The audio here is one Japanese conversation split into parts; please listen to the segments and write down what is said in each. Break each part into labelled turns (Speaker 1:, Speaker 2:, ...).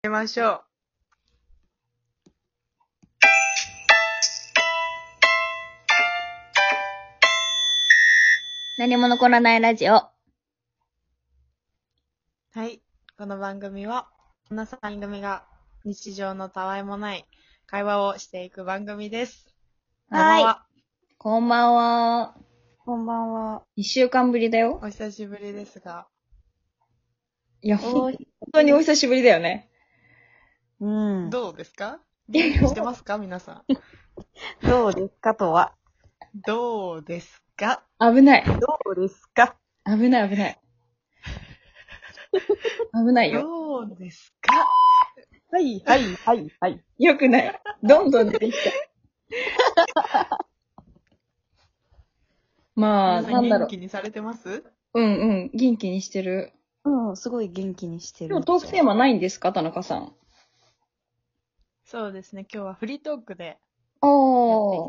Speaker 1: やめましょう。
Speaker 2: 何も残らないラジオ。
Speaker 1: はい。この番組は、女三人組が日常のたわいもない会話をしていく番組です。
Speaker 2: はい。こんばんは。
Speaker 1: こんばんは。
Speaker 2: 一週間ぶりだよ
Speaker 1: お。久しぶりですが。
Speaker 2: いや、本当にお久しぶりだよね。
Speaker 3: うん。ど
Speaker 1: どうですか
Speaker 2: いや
Speaker 1: してますか皆さん。
Speaker 3: うですかとは。
Speaker 1: どうですか
Speaker 2: 危ない。
Speaker 3: どうですか
Speaker 2: 危ない、危ない。危ないよ。
Speaker 1: どうですか
Speaker 3: はい、はい、はい、はい。
Speaker 2: よくない。どんどん出てきた。 まあ、
Speaker 1: 皆さ
Speaker 2: なんんだろ
Speaker 1: 元
Speaker 2: う。
Speaker 1: 気にされてます
Speaker 2: うんうん。元気にしてる。
Speaker 3: うん、すごい元気にしてる。
Speaker 2: 今日トークテーマないんですか田中さん。
Speaker 1: そうですね。今日はフリートークで
Speaker 2: お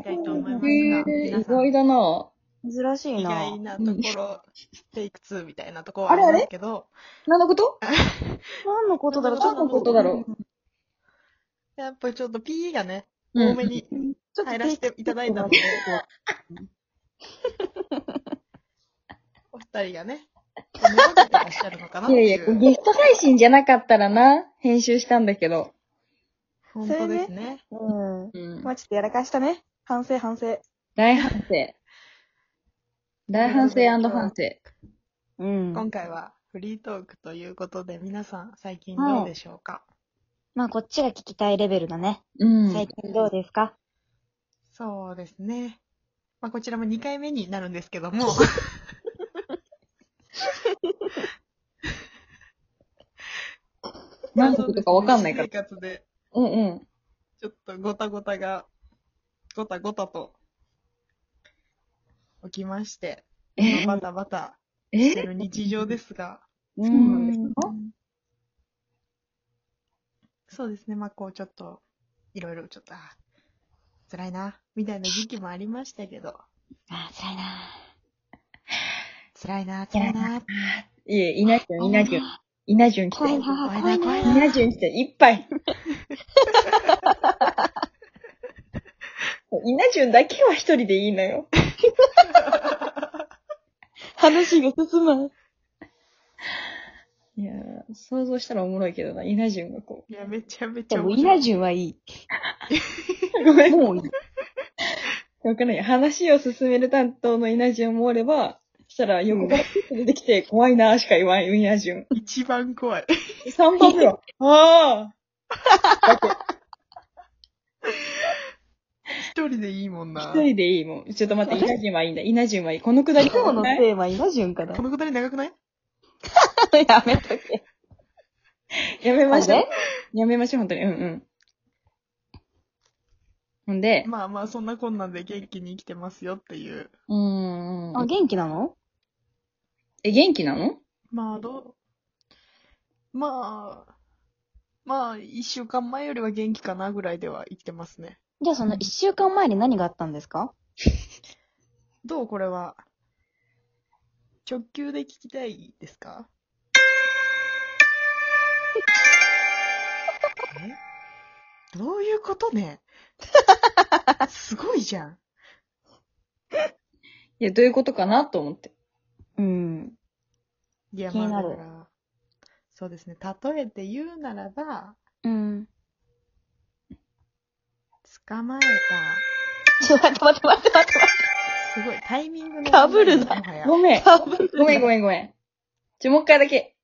Speaker 1: やっていきたいと思いますが
Speaker 2: へえ
Speaker 1: 皆
Speaker 2: 意
Speaker 1: さん
Speaker 2: 外だな。
Speaker 3: 珍しい
Speaker 1: 意
Speaker 3: な。
Speaker 1: 外なところ、テイク2みたいなところ
Speaker 2: あれあれ
Speaker 1: ですけど、
Speaker 2: 何のこと
Speaker 3: 何のことだろう
Speaker 1: 何のこと
Speaker 2: だろ
Speaker 3: う
Speaker 1: やっぱりちょっと P がね、
Speaker 2: うん
Speaker 1: 多めに
Speaker 3: ちょっと
Speaker 1: 入らせていただいたので、お二人がね、こう目指せてらっしゃるのかなっ
Speaker 2: い
Speaker 1: て
Speaker 2: や
Speaker 1: いう。
Speaker 2: いや、ゲスト配信じゃなかったらな、編集したんだけど。
Speaker 1: 本当ですね。
Speaker 3: うん。
Speaker 2: うん
Speaker 3: まあちょっとやらかしたね。反省、反省。
Speaker 2: 大反省。大反省反省。
Speaker 3: うん
Speaker 1: 今回はフリートークということで、皆さん最近どうでしょうか、
Speaker 3: まあこっちが聞きたいレベルだね。
Speaker 2: うん。
Speaker 3: 最近どうですか
Speaker 1: そうですね。まあ、こちらも2回目になるんですけども。
Speaker 2: 何のことかわか んないから
Speaker 1: 生活で
Speaker 2: うんうん。
Speaker 1: ちょっとごたごたが、ごたごたと、起きまして、
Speaker 2: え
Speaker 1: バタバタして
Speaker 2: え
Speaker 1: る日常ですが、
Speaker 3: う
Speaker 2: そうなんですか
Speaker 1: そうですね、まあこうちょっと、いろいろちょっと、あ辛いな、みたいな時期もありましたけど、
Speaker 3: あ、辛いな。
Speaker 1: 辛いな、辛いな、
Speaker 2: いえ、稲順、稲順。稲順来
Speaker 3: 怖い
Speaker 2: て。
Speaker 3: な、怖い
Speaker 1: 怖い
Speaker 3: な。
Speaker 1: な
Speaker 2: 稲順来て、いっぱ い。稲順だけは一人でいいの よ。
Speaker 3: 話が進まん。
Speaker 2: いやー想像したらおもろいけどな、稲順がこ
Speaker 1: いや、めちゃめち
Speaker 3: で
Speaker 1: ゃ
Speaker 3: も、
Speaker 1: 面
Speaker 3: イ
Speaker 1: 白
Speaker 3: ナ
Speaker 1: い。
Speaker 3: ジュンはいい。
Speaker 2: う。ごめん。
Speaker 3: もういい。
Speaker 2: わかんない。話を進める担当の稲順もおれば、したら横から出てきて、怖いなーしか言わん稲順。
Speaker 1: 一番怖い。
Speaker 2: 3番 目は。あ
Speaker 1: 一人でいいもん
Speaker 2: あ。
Speaker 1: な。
Speaker 2: 一人でいいもん。ちょっと待って、稲順はいいんだ。稲順はいい。このく だり
Speaker 3: 今日の
Speaker 2: ない
Speaker 3: テーマ、イナジュンかな
Speaker 1: このくだり長くない
Speaker 3: やめとけ。
Speaker 2: やめましょ
Speaker 3: あ
Speaker 2: う
Speaker 3: れ。
Speaker 2: やめましょう、本当に。うんうん。ほんで、
Speaker 1: まあまあ、そんなこんなんで元気に生きてますよっていう。
Speaker 2: うー
Speaker 3: あ、
Speaker 2: ん。
Speaker 3: 元気なの
Speaker 2: え、元気なの
Speaker 1: まあ、どう、まあ、まあ、一週間前よりは元気かなぐらいでは生きてますね。
Speaker 3: じゃあその一週間前に何があったんですか
Speaker 1: どうこれは。直球で聞きたいですかえどういうことねすごいじゃん。
Speaker 2: いや、どういうことかなと思って。
Speaker 3: うん。
Speaker 1: いや、
Speaker 3: 気になる
Speaker 1: まあだからそうですね。例えて言うならば、
Speaker 3: うん。
Speaker 1: 捕まえた。
Speaker 3: ちょ、待って待って待って待って
Speaker 1: すごい、タイミングの。
Speaker 3: かぶるな
Speaker 1: もはや
Speaker 2: ごめん。
Speaker 3: 待 って。
Speaker 2: ごめん、ごめん、ごめん。ちょ、もう一回だけ。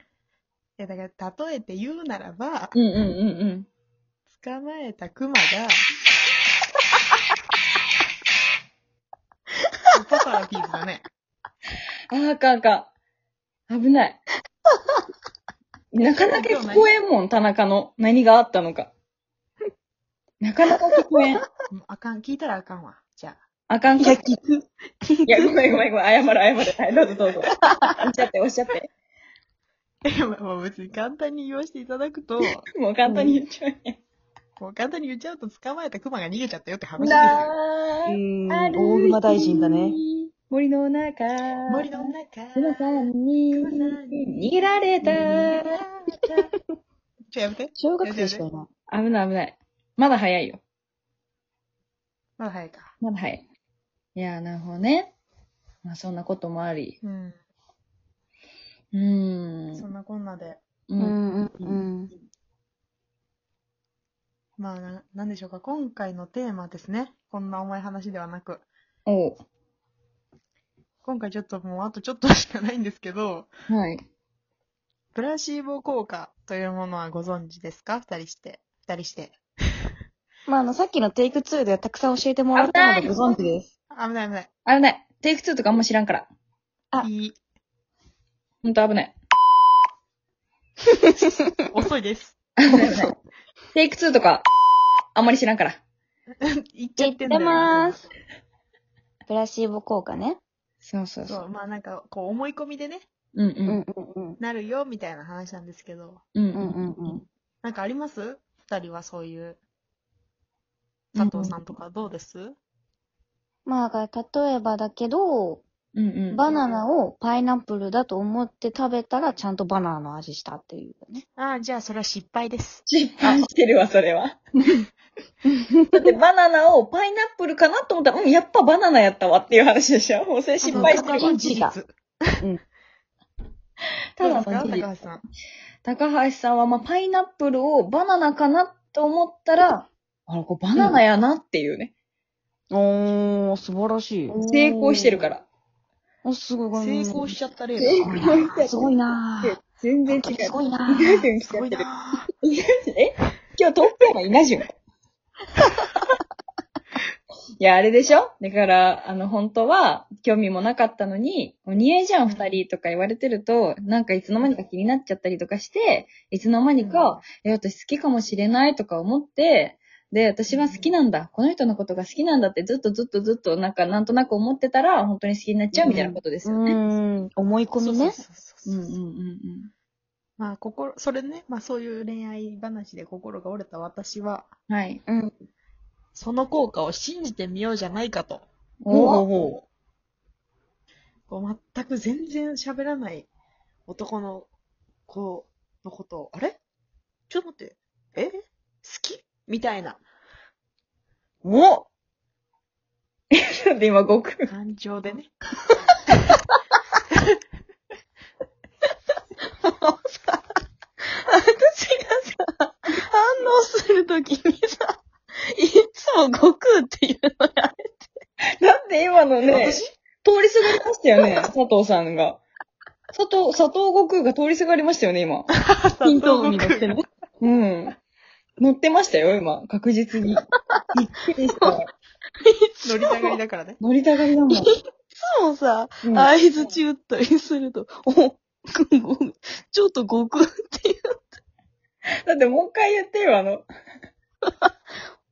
Speaker 1: いや、だから、例えて言うならば、
Speaker 2: うんうんうん
Speaker 1: 捕まえたクマが、 パパラピーズだね。
Speaker 2: うん。あーあかんあかん。危 ない。なかなか聞こえんもん、田中の。何があったのか。なかなか聞こえん。
Speaker 1: もうあかん、聞いたらあかんわ。じゃあ。
Speaker 2: あかん
Speaker 3: い
Speaker 2: か
Speaker 3: や、
Speaker 2: い
Speaker 3: 聞く。
Speaker 2: や、ごめんごめんごめん。謝る謝る。はい、どうぞどうぞ。おっしゃって、おっしゃって。
Speaker 1: え、まあまあ別に簡単に言わせていただくと、
Speaker 2: もう簡単に言っちゃうね。
Speaker 1: こう簡単に言っちゃうと捕まえたクマが逃げちゃったよって話ですよ。
Speaker 2: な
Speaker 3: う
Speaker 2: ー
Speaker 3: ん。大熊大臣だね。。
Speaker 2: 森の中。
Speaker 1: 森の中。
Speaker 2: 熊さんに
Speaker 1: 熊さんに
Speaker 2: 逃げられた。
Speaker 1: ちちょ、やめて。
Speaker 3: 小学生しかいない。
Speaker 2: 危ない危ない。まだ早いよ。
Speaker 1: まだ早いか。
Speaker 2: まだ早い。いやー、なるほどね。まあ、そんなこともあり。
Speaker 1: うん。
Speaker 2: うーん。
Speaker 1: そんなこんなで。
Speaker 2: う。
Speaker 3: うんんうん
Speaker 1: まあ、な、なんでしょうか。今回のテーマですね。こんな重い話ではなく。
Speaker 2: おう
Speaker 1: 今回ちょっともうあとちょっとしかないんですけど、
Speaker 2: はい。
Speaker 1: プラシーボ効果というものはご存知ですか二人して。二人して。
Speaker 3: まあ、あの、さっきのテイク2でたくさん教えてもらったので
Speaker 2: 危ない
Speaker 3: ご存知です。
Speaker 1: 危ない危ない。
Speaker 2: 危ない。テイク2とかあんま知らんから。
Speaker 3: あ
Speaker 1: いい。
Speaker 2: ほんと危ない。
Speaker 1: 遅いです。
Speaker 2: テイク2とか、あんまり知らんから。
Speaker 1: 言っちゃってんだよ。
Speaker 3: 言ってます。プラシーボ効果ね。
Speaker 2: そうそうそ。
Speaker 1: そうう、まあなんか、こう思い込みでね、
Speaker 2: うん
Speaker 3: う
Speaker 2: うん
Speaker 3: うん
Speaker 1: なるよみたいな話なんですけど、
Speaker 2: ん。
Speaker 3: うん。うんうんうん。
Speaker 1: なんかあります二人はそういう。佐藤さんとかどうです、
Speaker 3: まあ、例えばだけど、
Speaker 2: うんうん。
Speaker 3: バナナをパイナップルだと思って食べたら、ちゃんとバナナの味したっていうね。
Speaker 1: ああ、じゃあそれは失敗です。
Speaker 2: 失敗してるわ、それは。だってバナナをパイナップルかなと思ったら、うん、やっぱバナナやったわっていう話でしょもうそれ失敗して
Speaker 1: あ
Speaker 2: る
Speaker 1: の
Speaker 3: そ
Speaker 1: こ
Speaker 3: う
Speaker 1: れ
Speaker 2: わ
Speaker 1: は事
Speaker 3: そう。だ
Speaker 1: 実。
Speaker 2: た
Speaker 1: ど
Speaker 2: だ
Speaker 1: うですか
Speaker 2: の事実
Speaker 1: 高橋さん。
Speaker 2: 高橋さんは、まあ、パイナップルをバナナかなと思ったら、あら、これバナナやなっていうね。
Speaker 3: おー、素晴らしい。
Speaker 2: 成功してるからら。
Speaker 3: お、すごいごめん
Speaker 1: 成
Speaker 3: ごめん
Speaker 1: 功しちゃった例
Speaker 2: 成
Speaker 1: だ。
Speaker 2: 功してる。
Speaker 3: すごいなぁ。
Speaker 2: 全然違う
Speaker 3: 本当に。すごいな
Speaker 2: 稲
Speaker 3: ぁ。
Speaker 2: 潤来
Speaker 1: す
Speaker 2: ちゃ
Speaker 1: ご
Speaker 2: っ
Speaker 1: い
Speaker 2: てる。
Speaker 1: なぁ
Speaker 2: 稲潤え今日東京の稲潤。いや、あれでしょだから、あの、本当は、興味もなかったのに、お似合いじゃん、二人とか言われてると、なんかいつの間にか気になっちゃったりとかして、いつの間にか、え、私好きかもしれないとか思って、で、私は好きなんだ。この人のことが好きなんだってずっとずっとずっとなんかなんとなく思ってたら本当に好きになっちゃうみたいなことです
Speaker 3: う
Speaker 2: よね。
Speaker 3: ーん、思い込み
Speaker 1: そう
Speaker 3: ね。
Speaker 1: そうそう
Speaker 2: うん
Speaker 1: そう
Speaker 2: うんうん
Speaker 1: まあ、心、それね、まあそういう恋愛話で心が折れた私は、
Speaker 2: うん。はい。
Speaker 3: うん。
Speaker 1: その効果を信じてみようじゃないかと。
Speaker 2: お
Speaker 3: お
Speaker 1: こう全く全然喋らない男の子のことを、あれちょっと待って、え好きみたいな
Speaker 2: お で、今、悟 空。
Speaker 1: 感情でね。
Speaker 3: 私がさ、反応するときにさ、いつも悟空っていうのや
Speaker 2: だって今のね、
Speaker 1: 私
Speaker 2: 通りすがりましたよね、 佐藤さんが。佐藤、佐藤悟空が通りすがりましたよね、今。
Speaker 3: ヒントに乗 ってね。
Speaker 2: うん。乗ってましたよ、今。確実に。びっくりした。
Speaker 1: 乗りたがりだからね。
Speaker 2: 乗りたがりだもん。
Speaker 3: つもさ、
Speaker 2: うん
Speaker 3: 合図中打ったりすると、お、ごちょっと悟空っていう。
Speaker 2: だってもう一回言ってよ、あの。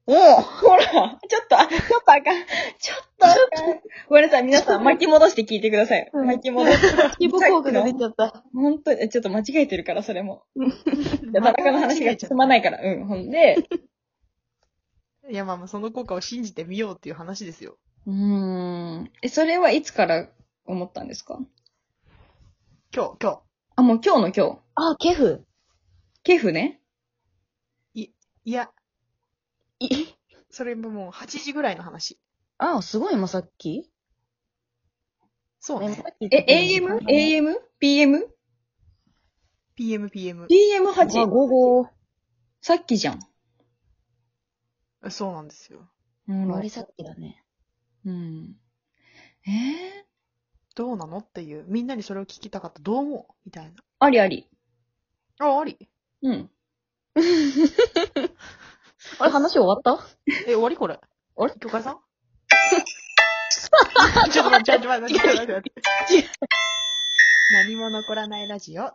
Speaker 3: お
Speaker 2: ほら、ちょっと、あちょっとあかん。ちょっとあかん。ごめんなさい、皆さん、巻き戻して聞いてください。
Speaker 3: うん
Speaker 2: 巻き戻して。
Speaker 3: 規模効果が出ちゃった。
Speaker 2: 本当に、ちょっと間違えてるから、それも。
Speaker 1: い
Speaker 2: 田中の話が進まないから。うん、ほんで。
Speaker 1: いや、まあまあ、その効果を信じてみようっていう話ですよ。
Speaker 2: うーん。え、それはいつから思ったんですか
Speaker 1: 今日、今
Speaker 2: あ、もう今日の今日。
Speaker 3: あ、ケフ。
Speaker 2: ケフね。
Speaker 1: 日。いや、
Speaker 3: い
Speaker 1: それももう8時ぐらいの話。
Speaker 3: あ、すごい、今さっき。
Speaker 1: そうね。
Speaker 2: え、AM?AM?PM?PM8?
Speaker 1: PM、PM。
Speaker 3: あ、午後。
Speaker 2: さっきじゃん。
Speaker 1: そうなんですよ。
Speaker 2: うん
Speaker 3: 割りさっきだね。
Speaker 2: うん。えー、
Speaker 1: どうなのっていう。みんなにそれを聞きたかった。どう思うみたい
Speaker 2: ありあり。
Speaker 1: な。あ、あり。
Speaker 2: うん。
Speaker 3: あれ、話終わった
Speaker 1: え、終わりこれ。
Speaker 3: あれ
Speaker 1: 教会 さん ちょっと待って、ちょっと待って、ちょっと待って。何も残らないラジオ。